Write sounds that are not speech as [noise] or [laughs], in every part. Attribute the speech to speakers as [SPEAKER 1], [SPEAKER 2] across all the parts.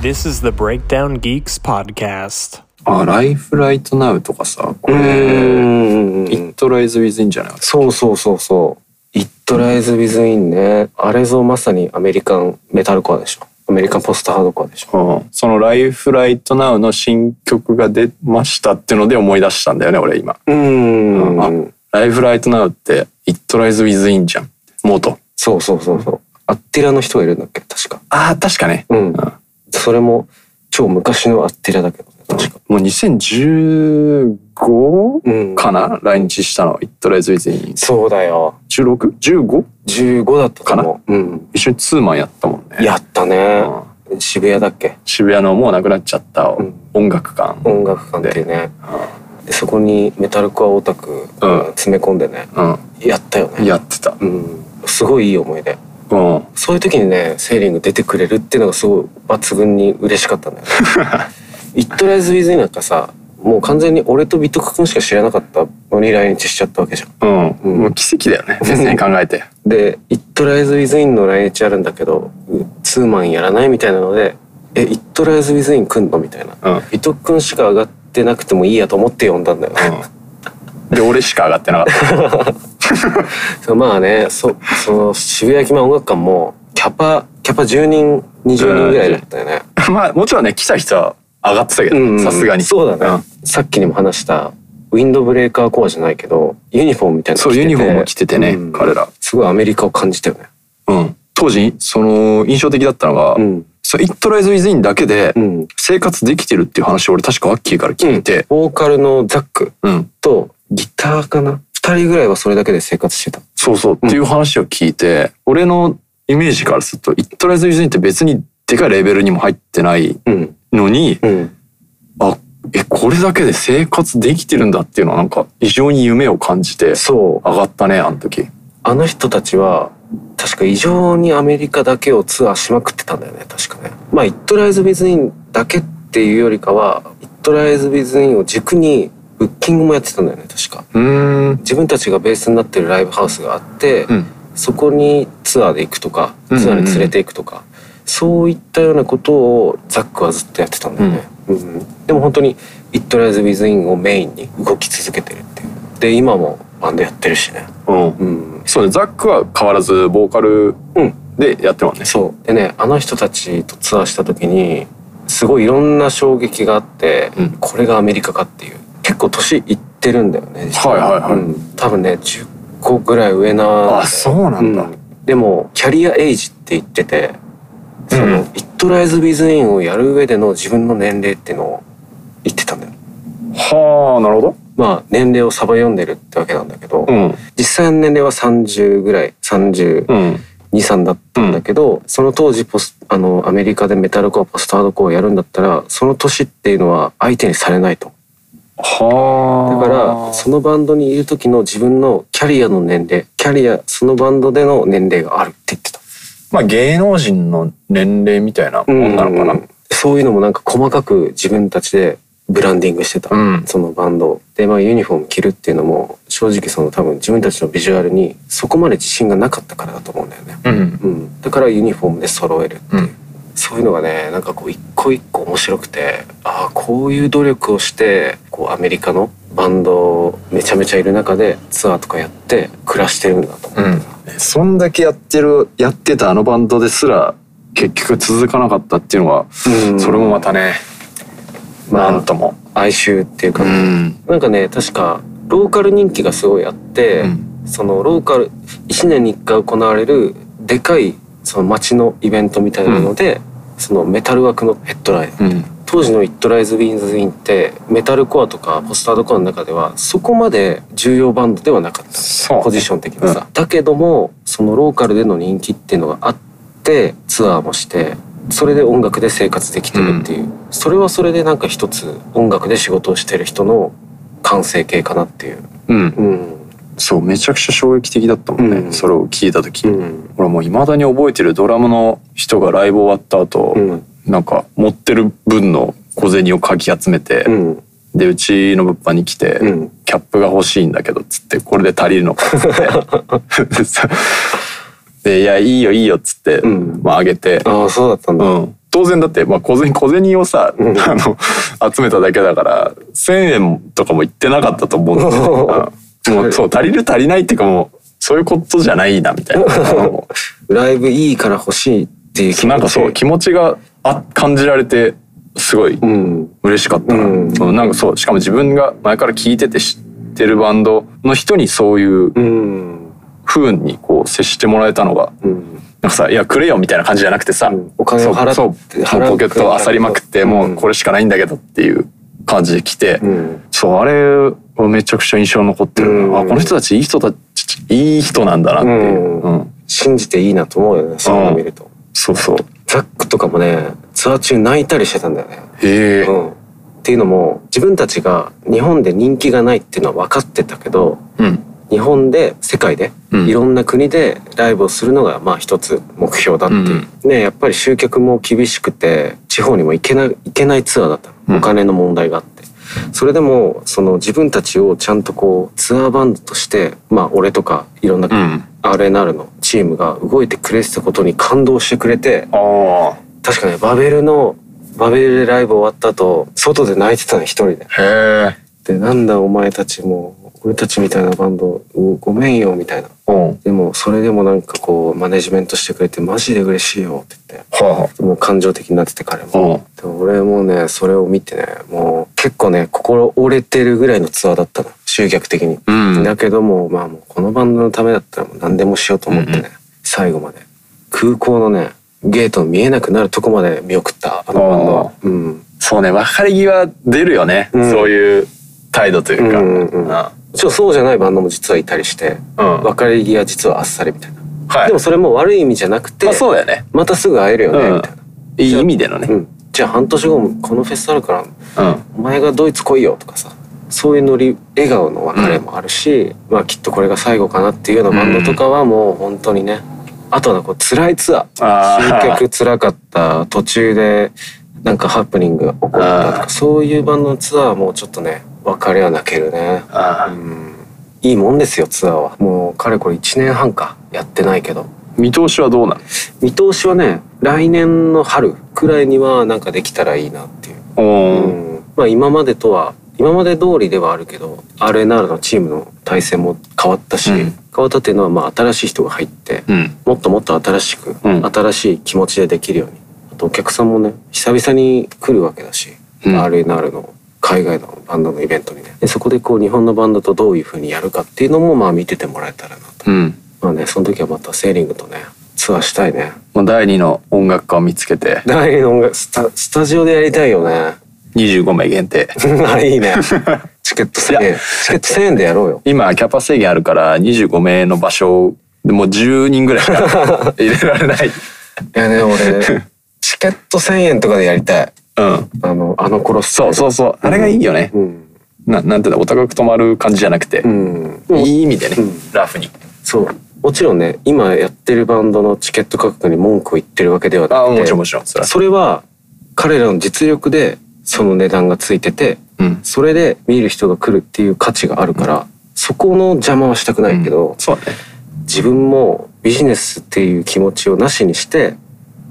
[SPEAKER 1] This is the Breakdown Geeks podcast.
[SPEAKER 2] あ、ライフライトナウとかさ、こ
[SPEAKER 3] う
[SPEAKER 2] れ、イ
[SPEAKER 3] ー
[SPEAKER 2] ッ
[SPEAKER 3] ん。
[SPEAKER 2] トライズウィズインじゃない
[SPEAKER 3] そうそうそうそう。イットライズ・ウィズ・インね。あれぞまさにアメリカンメタルコアでしょ。アメリカンポストハードコアでしょ。
[SPEAKER 2] うん、そのライフライトナウの新曲が出ましたってので思い出したんだよね、俺今。
[SPEAKER 3] う
[SPEAKER 2] うん
[SPEAKER 3] ん。
[SPEAKER 2] ライフライトナウって、イットライズウィズインじゃん。元。
[SPEAKER 3] そうそうそうそう。アッティラの人がいるんだっけ確か。
[SPEAKER 2] ああ、確かね。
[SPEAKER 3] うん。それも超昔のアッティラだけどね。確か。
[SPEAKER 2] もう 2015?
[SPEAKER 3] うん
[SPEAKER 2] かな来日したの。イットライズウィズイン。
[SPEAKER 3] そうだよ。
[SPEAKER 2] 16?15?
[SPEAKER 3] 15だったかも。うん。
[SPEAKER 2] 一緒にツーマンやったもんね。
[SPEAKER 3] やった
[SPEAKER 2] う
[SPEAKER 3] ね。
[SPEAKER 2] ん
[SPEAKER 3] 渋谷だっけ
[SPEAKER 2] 渋谷のもうなくなっちゃった
[SPEAKER 3] うん
[SPEAKER 2] 音楽館。
[SPEAKER 3] 音楽館っていうね。でそこにメタルコアオタク
[SPEAKER 2] うん
[SPEAKER 3] 詰め込んでね。
[SPEAKER 2] うん。
[SPEAKER 3] やったよね。
[SPEAKER 2] やってた。
[SPEAKER 3] うん。すごいいい思い出。
[SPEAKER 2] うん。
[SPEAKER 3] そういう時にね、セーリング出てくれるっていうのがすごい抜群に嬉しかったんだ
[SPEAKER 2] [laughs]
[SPEAKER 3] よね。イットライズ・ウィズ・なんかさ、もう完全に俺とビトク君しか知らなかったのに来日しちゃったわけじゃん。
[SPEAKER 2] うん、
[SPEAKER 3] うん
[SPEAKER 2] もう奇跡だよね別に考えて
[SPEAKER 3] で、イットライズ・ウィズ・インの来日あるんだけど、うツーマンやらないみたいなので、え、イットライズ・ウィズ・イン来んのみたいな。
[SPEAKER 2] うん、うん、
[SPEAKER 3] ビトク君しか上がってなくてもいいやと思って呼んだんだよね。
[SPEAKER 2] で俺しか上がってなかっ
[SPEAKER 3] [laughs] そうまあねそその渋谷駅前音楽館もキャパキャパ10人20人ぐらいだったよね。
[SPEAKER 2] た [laughs] まあもちろんね来た人は上がってたけ
[SPEAKER 3] うんう
[SPEAKER 2] どさ
[SPEAKER 3] ん
[SPEAKER 2] すがに
[SPEAKER 3] そうだね、さっきにも話したウィンドブレーカーコアじゃないけどユニフォームみたいなの
[SPEAKER 2] そう
[SPEAKER 3] 着てて
[SPEAKER 2] ユニフォームを着ててね、
[SPEAKER 3] うん
[SPEAKER 2] 彼ら
[SPEAKER 3] すごいアメリカを感じたよね。
[SPEAKER 2] うん当時その印象的だったのが、
[SPEAKER 3] うん
[SPEAKER 2] そのイットライズ・ウィズ・インだけで
[SPEAKER 3] うん
[SPEAKER 2] 生活できてるっていう話を俺確かアッキーから聞いて
[SPEAKER 3] ボーカルのザック
[SPEAKER 2] うん、
[SPEAKER 3] とギターかな2人ぐらいはそれだけで生活してた。
[SPEAKER 2] そうそうっていう話を聞いて、俺のイメージからするとイットライズ・ウィズ・インって別にでかいレベルにも入ってない
[SPEAKER 3] うん
[SPEAKER 2] のに、
[SPEAKER 3] うん、
[SPEAKER 2] あえこれだけで生活できてるんだっていうのはなんか非常に夢を感じて
[SPEAKER 3] そう
[SPEAKER 2] 上がったねあの時
[SPEAKER 3] あの人たちは確か異常にアメリカだけをツアーしまくってたんだよね確かね。まあ「イットライズ・ビズ・イン」だけっていうよりかは「イットライズ・ビズ・イン」を軸にブッキングもやってたんだよね確か。
[SPEAKER 2] うーん
[SPEAKER 3] 自分たちがベースになってるライブハウスがあって、
[SPEAKER 2] うん
[SPEAKER 3] そこにツアーで行くとかツ
[SPEAKER 2] うん
[SPEAKER 3] ア
[SPEAKER 2] うんうん
[SPEAKER 3] ーに連れて行くとか、そういったようなことをザックはずっとやってたんだよね、うんでも本当に「イットライズ・ビズ・イン」をメインに動き続けてるっていうで今もバンドやってるしね
[SPEAKER 2] うん
[SPEAKER 3] うん
[SPEAKER 2] そうねザックは変わらずボーカル
[SPEAKER 3] うん
[SPEAKER 2] でやってるもんね
[SPEAKER 3] そうでねあの人たちとツアーした時にすごいいろんな衝撃があって、
[SPEAKER 2] うん
[SPEAKER 3] これがアメリカかっていう結構年いってるんだよね実
[SPEAKER 2] はいはいはい
[SPEAKER 3] うん多分ね10個ぐらい上なんだよ
[SPEAKER 2] あそうなんだ
[SPEAKER 3] んでもキャリアエイジって言っててその、
[SPEAKER 2] うん
[SPEAKER 3] イットライズ・ビズ・インをやる上での自分の年齢っていうのを言ってたんだよ
[SPEAKER 2] はあなるほど
[SPEAKER 3] まあ年齢をさば読んでるってわけなんだけど、
[SPEAKER 2] うん
[SPEAKER 3] 実際の年齢は30ぐらい30、
[SPEAKER 2] うん
[SPEAKER 3] 23だったんだけど、その当時ポスあのアメリカでメタルコアポストハードコアをやるんだったらその年っていうのは相手にされないとだ
[SPEAKER 2] はあ
[SPEAKER 3] からそのバンドにいる時の自分のキャリアの年齢キャリアそのバンドでの年齢があるって言ってた
[SPEAKER 2] まあ芸能人の年齢みたいなもんなのかな
[SPEAKER 3] そういうのもなんか細かく自分たちでブランディングしてた、
[SPEAKER 2] うん
[SPEAKER 3] そのバンドをでまあユニフォーム着るっていうのも正直その多分自分たちのビジュアルにそこまで自信がなかったからだと思うんだよね
[SPEAKER 2] うん
[SPEAKER 3] うん、だからユニフォームで揃えるっていう、
[SPEAKER 2] うん
[SPEAKER 3] そういうのがねなんかこう一個一個面白くてああこういう努力をしてこうアメリカのバンドめちゃめちゃいる中でツアーとかやって暮らしてるんだと思
[SPEAKER 2] うんそんだけやってるやってたあのバンドですら結局続かなかったっていうのは、
[SPEAKER 3] う、うん
[SPEAKER 2] それもまたね、
[SPEAKER 3] まあ
[SPEAKER 2] なんとも
[SPEAKER 3] 哀愁っていうか、
[SPEAKER 2] ん
[SPEAKER 3] なんかね確かローカル人気がすごいあって、
[SPEAKER 2] うん
[SPEAKER 3] そのローカル1年に1回行われるでかいその街のイベントみたいなので、そのメタル枠のヘッドライン
[SPEAKER 2] うん
[SPEAKER 3] 当時の「イットライズ・ビーンズ・イン」ってメタルコアとかポスタードコアの中ではそこまで重要バンドではなかった
[SPEAKER 2] そう
[SPEAKER 3] ポジション的にさ、だけどもそのローカルでの人気っていうのがあってツアーもしてそれで音楽で生活できてるっていう、それはそれでなんか一つ音楽で仕事をしてる人の完成形かなっていう
[SPEAKER 2] うん、
[SPEAKER 3] うん
[SPEAKER 2] そうめちゃくちゃ衝撃的だったもんね、
[SPEAKER 3] うん
[SPEAKER 2] それを聞いた時、
[SPEAKER 3] うん
[SPEAKER 2] 俺もう未だに覚えてるドラムの人がライブ終わった後、
[SPEAKER 3] うん
[SPEAKER 2] なんか持ってる分の小銭をかき集めて、
[SPEAKER 3] うん
[SPEAKER 2] でうちの物販に来て、
[SPEAKER 3] うん
[SPEAKER 2] キャップが欲しいんだけどっつってこれで足りるのかっつって
[SPEAKER 3] [laughs]
[SPEAKER 2] で「いやいいよいいよ」っつって、
[SPEAKER 3] うん
[SPEAKER 2] まああげて、
[SPEAKER 3] ああそうだったんだ、
[SPEAKER 2] うん、当然だって、まあ、小銭小銭をさ、
[SPEAKER 3] うん
[SPEAKER 2] あの集めただけだから1,000円とかもいってなかったと思うんだよ
[SPEAKER 3] [laughs]
[SPEAKER 2] ねあのもうそう足りる足りないっていうかもうそういうことじゃないなみたいなあの
[SPEAKER 3] ライブいいから欲しいっていう気持ち
[SPEAKER 2] なんかそう気持ちがあ感じられてすごい
[SPEAKER 3] うん
[SPEAKER 2] 嬉しかったな、
[SPEAKER 3] うん
[SPEAKER 2] そうなんかそうしかも自分が前から聞いてて知ってるバンドの人にそういう
[SPEAKER 3] うん
[SPEAKER 2] 風にこう接してもらえたのが
[SPEAKER 3] うん
[SPEAKER 2] なんかさ「いやくれよ」みたいな感じじゃなくてさ、
[SPEAKER 3] うんお金を払って
[SPEAKER 2] そうそう
[SPEAKER 3] 払う
[SPEAKER 2] もうポケットを漁りまくって
[SPEAKER 3] うん
[SPEAKER 2] もうこれしかないんだけどっていう感じで来て、
[SPEAKER 3] うん
[SPEAKER 2] そうあれはめちゃくちゃ印象に残ってるな、
[SPEAKER 3] うん
[SPEAKER 2] あこの人たちいい人たちいい人なんだなっていう、
[SPEAKER 3] うん
[SPEAKER 2] うん
[SPEAKER 3] 信じていいなと思うよねそういうの見ると
[SPEAKER 2] そうそう
[SPEAKER 3] ザックとかもねツアー中泣いたりしてたんだよね
[SPEAKER 2] へえ
[SPEAKER 3] うんっていうのも自分たちが日本で人気がないっていうのは分かってたけど
[SPEAKER 2] うん
[SPEAKER 3] 日本で世界で
[SPEAKER 2] うん
[SPEAKER 3] いろんな国でライブをするのがまあ一つ目標だっていう、ねやっぱり集客も厳しくて地方にも行けない行けないツアーだった
[SPEAKER 2] うん
[SPEAKER 3] のお金の問題があって、それでもその自分たちをちゃんとこうツアーバンドとしてまあ俺とかいろんな
[SPEAKER 2] うん
[SPEAKER 3] アレナルのチームが動いてくれてたことに感動してくれて
[SPEAKER 2] ああ
[SPEAKER 3] 確かねバベルのバベルでライブ終わった後外で泣いてたの一人で。
[SPEAKER 2] へえ
[SPEAKER 3] でなんだお前たちも俺たちみたいなバンドうごめんよみたいな
[SPEAKER 2] うんは
[SPEAKER 3] でもそれでもなんかこうマネジメントしてくれてマジで嬉しいよって言っ
[SPEAKER 2] あは
[SPEAKER 3] てもう感情的になってて彼
[SPEAKER 2] あ
[SPEAKER 3] も。でも俺もねそれを見てねもう結構ね心折れてるぐらいのツアーだったの集客的に。
[SPEAKER 2] うんうん
[SPEAKER 3] だけどもまあもうこのバンドのためだったらもう何でもしようと思ってね、
[SPEAKER 2] うんうん
[SPEAKER 3] 最後まで空港のねゲートの見えなくなるとこまで見送ったあのバンドは。うん
[SPEAKER 2] そうね別れ際出るよね、
[SPEAKER 3] うん
[SPEAKER 2] そういう態度というか、
[SPEAKER 3] うんうんうん
[SPEAKER 2] あ
[SPEAKER 3] ちょそうじゃないバンドも実はいたりして
[SPEAKER 2] うん
[SPEAKER 3] 別れ際実はあっさりみたいな、
[SPEAKER 2] はい
[SPEAKER 3] でもそれも悪い意味じゃなくて
[SPEAKER 2] まあそうだよね
[SPEAKER 3] またすぐ会えるよね、
[SPEAKER 2] うん
[SPEAKER 3] みたいな、
[SPEAKER 2] いい意味でのね
[SPEAKER 3] うん、じゃあ半年後もこのフェスあるから
[SPEAKER 2] うん
[SPEAKER 3] お前がドイツ来いよとかさそういうノリ笑顔の別れもあるし、まあきっとこれが最後かなっていうようなバンドとかはもう本当にね、あとはこう辛いツアー
[SPEAKER 2] あー
[SPEAKER 3] 集客辛かった途中でなんかハプニングが起こったと
[SPEAKER 2] あー
[SPEAKER 3] かそういうバンドのツアーはもうちょっとね別れは泣けるね
[SPEAKER 2] ああ
[SPEAKER 3] いいもんですよツアーはもうかれこれ1年半かやってないけど
[SPEAKER 2] 見通しはどうなの
[SPEAKER 3] 見通しはね来年の春くらいにはなんかできたらいいなっていう、
[SPEAKER 2] うん
[SPEAKER 3] うんまあ今までとは今まで通りではあるけど RNR のチームの体制も変わったし、
[SPEAKER 2] うん
[SPEAKER 3] 変わったっていうのはまあ新しい人が入って
[SPEAKER 2] うん
[SPEAKER 3] もっともっと新しく、
[SPEAKER 2] うん
[SPEAKER 3] 新しい気持ちでできるようにあとお客さんもね久々に来るわけだし、
[SPEAKER 2] うん
[SPEAKER 3] RNR の海外のバンドのイベントにねでそこでこう日本のバンドとどういうふうにやるかっていうのもまあ見ててもらえたらなと
[SPEAKER 2] うん
[SPEAKER 3] まあねその時はまたセーリングとねツアーしたいね
[SPEAKER 2] まあ第二の音楽家を見つけて
[SPEAKER 3] 第二の音楽スタスタジオでやりたいよね [laughs]
[SPEAKER 2] 25名限定
[SPEAKER 3] あい
[SPEAKER 2] [laughs]
[SPEAKER 3] いねチケット1000
[SPEAKER 2] い
[SPEAKER 3] 円チケット1000円でやろうよ
[SPEAKER 2] 今キャパ制限あるから25名の場所でもう10人ぐらいし
[SPEAKER 3] [laughs]
[SPEAKER 2] か入れられない
[SPEAKER 3] いやね俺チケット1000円とかでやりたい
[SPEAKER 2] うん
[SPEAKER 3] あのあの頃
[SPEAKER 2] そうそうそうあれがいいよね
[SPEAKER 3] うん
[SPEAKER 2] ななんていうんだお高く止まる感じじゃなくて
[SPEAKER 3] うん
[SPEAKER 2] いい意味でね
[SPEAKER 3] うん
[SPEAKER 2] ラフに
[SPEAKER 3] そうもちろんね今やってるバンドのチケット価格に文句を言ってるわけではな
[SPEAKER 2] ああ
[SPEAKER 3] くて
[SPEAKER 2] もちろんもちろんそれは
[SPEAKER 3] それは彼らの実力でその値段がついてて
[SPEAKER 2] うん
[SPEAKER 3] それで見る人が来るっていう価値があるから、そこの邪魔はしたくないけど、
[SPEAKER 2] そうだね
[SPEAKER 3] 自分もビジネスっていう気持ちをなしにして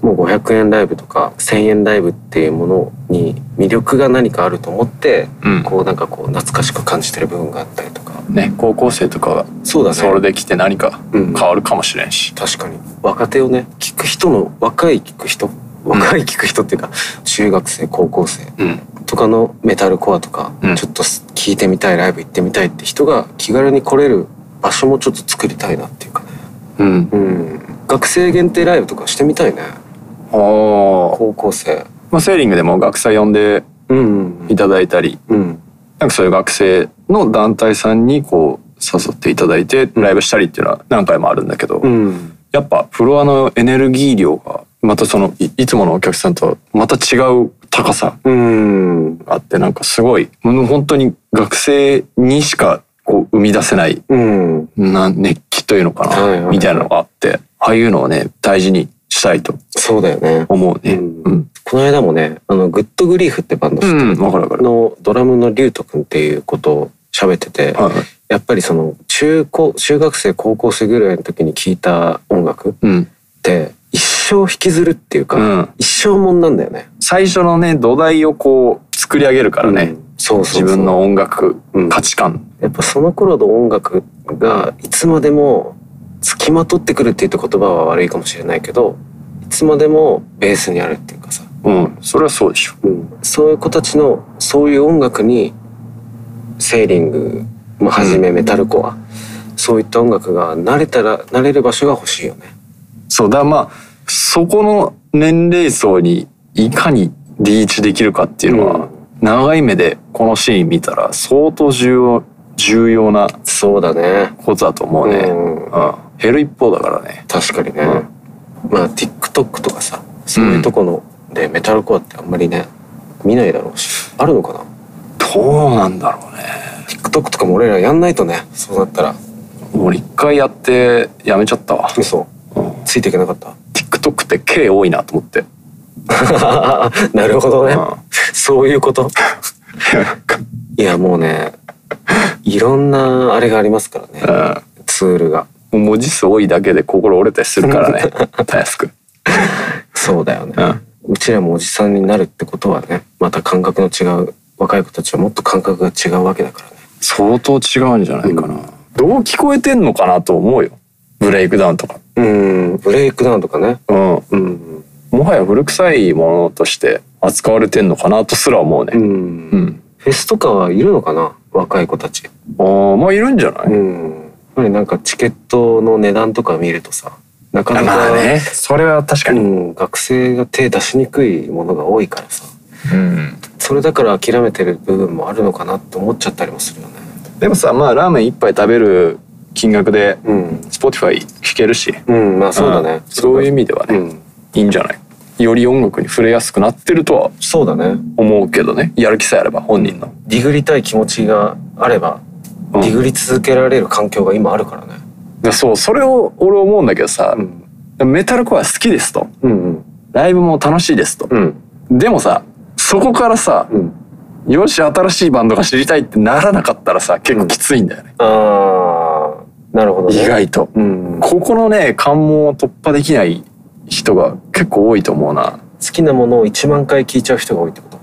[SPEAKER 3] もう500円ライブとか1,000円ライブっていうものに魅力が何かあると思って、
[SPEAKER 2] うん
[SPEAKER 3] こうなんかこう懐かしく感じてる部分があったりとか
[SPEAKER 2] ね高校生とかが
[SPEAKER 3] そうだね
[SPEAKER 2] それで来て何か
[SPEAKER 3] うん
[SPEAKER 2] 変わるかもしれんし
[SPEAKER 3] 確かに若手をね聞く人の若い聞く人若い聞く人っていうか、中学生高校生
[SPEAKER 2] うん
[SPEAKER 3] とかのメタルコアとか、
[SPEAKER 2] うん
[SPEAKER 3] ちょっと聞いてみたいライブ行ってみたいって人が気軽に来れる場所もちょっと作りたいなっていうかね、
[SPEAKER 2] うん
[SPEAKER 3] うん、学生限定ライブとかしてみたいね
[SPEAKER 2] ああ
[SPEAKER 3] 高校生
[SPEAKER 2] まあ、セーリングでも学生呼んで
[SPEAKER 3] うん
[SPEAKER 2] いただいたり、
[SPEAKER 3] うん
[SPEAKER 2] なんかそういう学生の団体さんにこう誘っていただいてライブしたりっていうのは何回もあるんだけど、
[SPEAKER 3] うん
[SPEAKER 2] やっぱフロアのエネルギー量がまたそのいいつものお客さんとはまた違う高さ
[SPEAKER 3] うん
[SPEAKER 2] があってなんかすごいもう本当に学生にしかこう生み出せない
[SPEAKER 3] うん
[SPEAKER 2] な熱気というのかな、
[SPEAKER 3] はいはいはい
[SPEAKER 2] みたいなのがあってああいうのをね大事にしたいと
[SPEAKER 3] そうだよね
[SPEAKER 2] 思うね。
[SPEAKER 3] うん
[SPEAKER 2] うん、
[SPEAKER 3] この間もねあのグッドグリーフってバンド
[SPEAKER 2] うん、うん、わかるわかる。
[SPEAKER 3] のドラムのリュウト君っていうことを喋ってて、
[SPEAKER 2] はいはい
[SPEAKER 3] やっぱりその中高中学生高校生ぐらいの時に聞いた音楽っ
[SPEAKER 2] うん、
[SPEAKER 3] て一生引きずるっていうか、
[SPEAKER 2] うん
[SPEAKER 3] 一生もんなんだよね。
[SPEAKER 2] 最初のね土台をこう作り上げるからね、
[SPEAKER 3] うんそうそうそう
[SPEAKER 2] 自分の音楽、
[SPEAKER 3] うん
[SPEAKER 2] 価値観
[SPEAKER 3] やっぱその頃の音楽がいつまでも付きまとってくるっていうと言葉は悪いかもしれないけどいつまでもベースにあるっていうかさ、
[SPEAKER 2] うんそれはそうでしょ
[SPEAKER 3] そういう子たちのそういう音楽にセーリングもはじめメタルコア、そういった音楽が慣れたら慣れる場所が欲しいよね。
[SPEAKER 2] そうだからまあそこの年齢層にいかにリーチできるかっていうのは、
[SPEAKER 3] うん
[SPEAKER 2] 長い目でこのシーン見たら相当重要重要な
[SPEAKER 3] そうだね。
[SPEAKER 2] ことだと思うね、
[SPEAKER 3] うん
[SPEAKER 2] うん減る一方だからね
[SPEAKER 3] 確かにね、
[SPEAKER 2] うん
[SPEAKER 3] まあ TikTok とかさそういうとこのでメタルコアってあんまりね見ないだろうしあるのかな
[SPEAKER 2] どうなんだろうね
[SPEAKER 3] TikTok とかも俺らやんないとねそうなったら
[SPEAKER 2] 俺一回やってやめちゃったわ、
[SPEAKER 3] 嘘
[SPEAKER 2] うん、
[SPEAKER 3] ついていけなかった [laughs]
[SPEAKER 2] TikTok って K 多いなと思って
[SPEAKER 3] なるほどね、
[SPEAKER 2] うん
[SPEAKER 3] [laughs] そういうこといやもうねいろんなあれがありますからね、ツールが
[SPEAKER 2] もう文字数多いだけで心折れたりするから
[SPEAKER 3] [laughs]
[SPEAKER 2] ねたやすく
[SPEAKER 3] そうだよね、
[SPEAKER 2] うん
[SPEAKER 3] うちらもおじさんになるってことはねまた感覚の違う若い子たちはもっと感覚が違うわけだからね
[SPEAKER 2] 相当違うんじゃないかな、
[SPEAKER 3] うん
[SPEAKER 2] どう聞こえてんのかなと思うよブレイクダウンとか
[SPEAKER 3] うんブレイクダウンとかね
[SPEAKER 2] うん
[SPEAKER 3] うん
[SPEAKER 2] もはや古臭いものとして扱われてんのかなとすら思う
[SPEAKER 3] う
[SPEAKER 2] ね
[SPEAKER 3] ん
[SPEAKER 2] うん、
[SPEAKER 3] フェスとかはいるのかな若い子たち。
[SPEAKER 2] あーまあいるんじゃない、
[SPEAKER 3] ん。やっぱりなんかチケットの値段とか見るとさ、なかなか、
[SPEAKER 2] まあねそれは確か
[SPEAKER 3] う
[SPEAKER 2] に、
[SPEAKER 3] ん、学生が手出しにくいものが多いからさ、
[SPEAKER 2] うん、
[SPEAKER 3] それだから諦めてる部分もあるのかなって思っちゃったりもするよね。
[SPEAKER 2] でもさまあラーメン一杯食べる金額で
[SPEAKER 3] うん。
[SPEAKER 2] Spotify 聴けるし
[SPEAKER 3] うん、まあそうだね。
[SPEAKER 2] んそういう意味ではね、
[SPEAKER 3] うん。
[SPEAKER 2] いいんじゃないより音楽に触れやすくなってるとは
[SPEAKER 3] そうだね。
[SPEAKER 2] 思うけどねやる気さえあれば本人の、
[SPEAKER 3] ディグりたい気持ちがあれば、
[SPEAKER 2] うん
[SPEAKER 3] ディグり続けられる環境が今あるからね。
[SPEAKER 2] でそうそれを俺思うんだけどさ、
[SPEAKER 3] ん。
[SPEAKER 2] メタルコア好きですと
[SPEAKER 3] うんうん。
[SPEAKER 2] ライブも楽しいですと、
[SPEAKER 3] うん。
[SPEAKER 2] でもさそこからさ、
[SPEAKER 3] うん。
[SPEAKER 2] よし新しいバンドが知りたいってならなかったらさ結構きついんだよね、
[SPEAKER 3] あー、なるほどね。
[SPEAKER 2] 意。外と、
[SPEAKER 3] うん。
[SPEAKER 2] ここのね関門を突破できない人が結構多いと思うな
[SPEAKER 3] 好きなものを1万回聞いちゃう人が多いってこと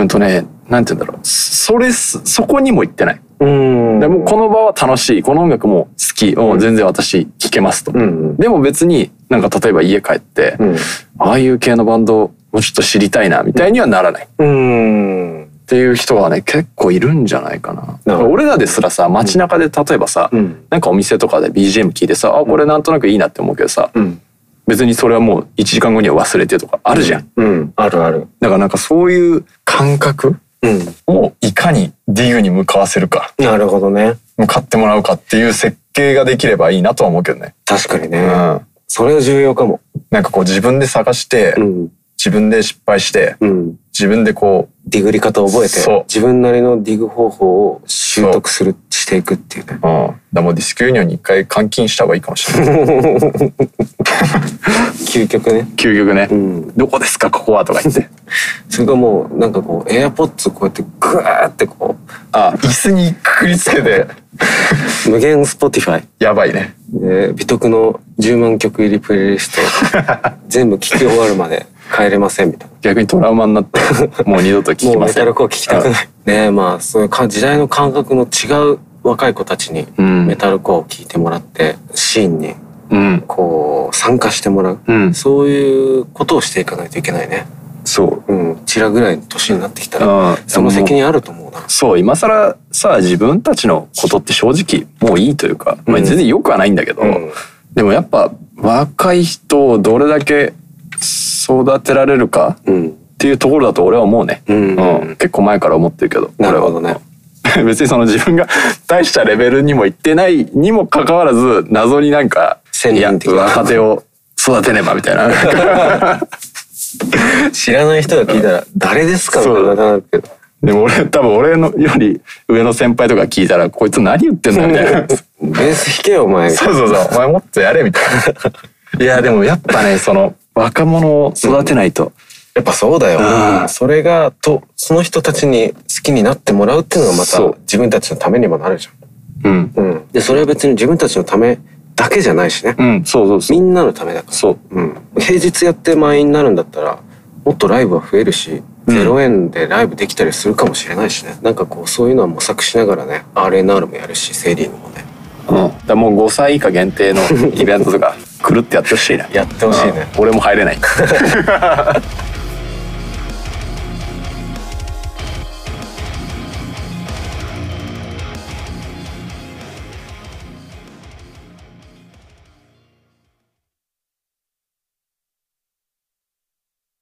[SPEAKER 2] うんとねなんて言うんだろうそれすそこにも行ってない、
[SPEAKER 3] うん
[SPEAKER 2] でもうこの場は楽しいこの音楽も好き、うん、全然私聴けますと、
[SPEAKER 3] うん
[SPEAKER 2] でも別になんか例えば家帰って、
[SPEAKER 3] うん
[SPEAKER 2] ああいう系のバンドをもうちょっと知りたいなみたいにはならない、
[SPEAKER 3] うん
[SPEAKER 2] っていう人はね結構いるんじゃないかな
[SPEAKER 3] なるほど
[SPEAKER 2] 俺らですらさ街中で例えばさ、
[SPEAKER 3] うん
[SPEAKER 2] なんかお店とかで BGM 聞いてさあこれなんとなくいいなって思うけどさ、
[SPEAKER 3] うん
[SPEAKER 2] 別にそれはもう1時間後には忘れてとかあるじゃん、
[SPEAKER 3] うんあるある
[SPEAKER 2] だからなんかそういう感覚
[SPEAKER 3] うん
[SPEAKER 2] をいかにディグに向かわせるか
[SPEAKER 3] なるほどね
[SPEAKER 2] 向かってもらうかっていう設計ができればいいなとは思うけどね、
[SPEAKER 3] 確かに
[SPEAKER 2] う
[SPEAKER 3] ね
[SPEAKER 2] ん、
[SPEAKER 3] それは重要かも
[SPEAKER 2] なんかこう自分で探して、
[SPEAKER 3] ん
[SPEAKER 2] 自分で失敗して
[SPEAKER 3] うん
[SPEAKER 2] 自分でこ
[SPEAKER 3] ディグり方を覚え
[SPEAKER 2] そう
[SPEAKER 3] て自分なりのディグ方法を習得するしていくっていう
[SPEAKER 2] う、
[SPEAKER 3] ね
[SPEAKER 2] うん、だからもうディスクユニオンに一回監禁した方がいいかもしれない
[SPEAKER 3] 究極ね
[SPEAKER 2] [laughs] 究極ね、
[SPEAKER 3] ん
[SPEAKER 2] どこですかここはとか言って。
[SPEAKER 3] それがもうなんかこうエアポッツこうやってグーってこ
[SPEAKER 2] あ、椅子にくくりつけて、
[SPEAKER 3] う無限スポティファイ
[SPEAKER 2] やばいね。
[SPEAKER 3] で美徳の10万曲入りプレイリ
[SPEAKER 2] [laughs]
[SPEAKER 3] スト全部聴き終わるまで帰れませんみたいな。
[SPEAKER 2] 逆にトラウマにな [laughs] って、もう二度と聞き
[SPEAKER 3] もう
[SPEAKER 2] ま
[SPEAKER 3] メ
[SPEAKER 2] せ
[SPEAKER 3] タ
[SPEAKER 2] ん。
[SPEAKER 3] ルコア聴きたくない。ねえまあそういうか時代の感覚の違う若い子たちに
[SPEAKER 2] うん
[SPEAKER 3] メタルコアを聴いてもらってシーンに
[SPEAKER 2] うん。
[SPEAKER 3] こう参加してもらう、
[SPEAKER 2] うん。
[SPEAKER 3] そういうことをしていかないといけないね。
[SPEAKER 2] そう。
[SPEAKER 3] うん、うちらぐらいの年になってきたら
[SPEAKER 2] あ
[SPEAKER 3] その責任あると思うな。
[SPEAKER 2] そう、今更さ、自分たちのことって正直もういいというか、まあ、
[SPEAKER 3] うん
[SPEAKER 2] 全然良くはないんだけど、
[SPEAKER 3] うん
[SPEAKER 2] でもやっぱ若い人をどれだけ育てられるかっ
[SPEAKER 3] うん
[SPEAKER 2] ていうところだと俺は思うね。
[SPEAKER 3] うん
[SPEAKER 2] 結構前から思ってるけど。
[SPEAKER 3] なるほどね。
[SPEAKER 2] [laughs] 別にその自分が大したレベルにも行ってないにもかかわらず謎になんか
[SPEAKER 3] 専
[SPEAKER 2] いや
[SPEAKER 3] 門的な
[SPEAKER 2] 若手を育てねばみたいな [laughs]
[SPEAKER 3] 知らない人が聞いたら誰ですかみたいななるけど。
[SPEAKER 2] でも俺多分俺のより上の先輩とか聞いたらこいつ何言ってんだみた [laughs] いな
[SPEAKER 3] ベース弾けよお前。
[SPEAKER 2] そうそうそうお前もっとやれみたいないやでもやっぱねその若者を育てないと、
[SPEAKER 3] やっぱそうだよ
[SPEAKER 2] うん。
[SPEAKER 3] それがとその人たちに好きになってもらうっていうのがまた
[SPEAKER 2] そう
[SPEAKER 3] 自分たちのためにもなるじゃん。
[SPEAKER 2] うん
[SPEAKER 3] うん、でそれは別に自分たちのためだけじゃないしね
[SPEAKER 2] うん、そうそうそ
[SPEAKER 3] み
[SPEAKER 2] う。
[SPEAKER 3] んなのためだから
[SPEAKER 2] そう。
[SPEAKER 3] うん、平日やって満員になるんだったらもっとライブは増えるし、
[SPEAKER 2] うん
[SPEAKER 3] 0円でライブできたりするかもしれないしねなんかこうそういうのは模索しながらね RNR もやるしセイリーヌもね
[SPEAKER 2] うん。だからもう5歳以下限定のイベントとか、くるってやってほしいな。
[SPEAKER 3] やってほしいね
[SPEAKER 2] うん俺も入れない。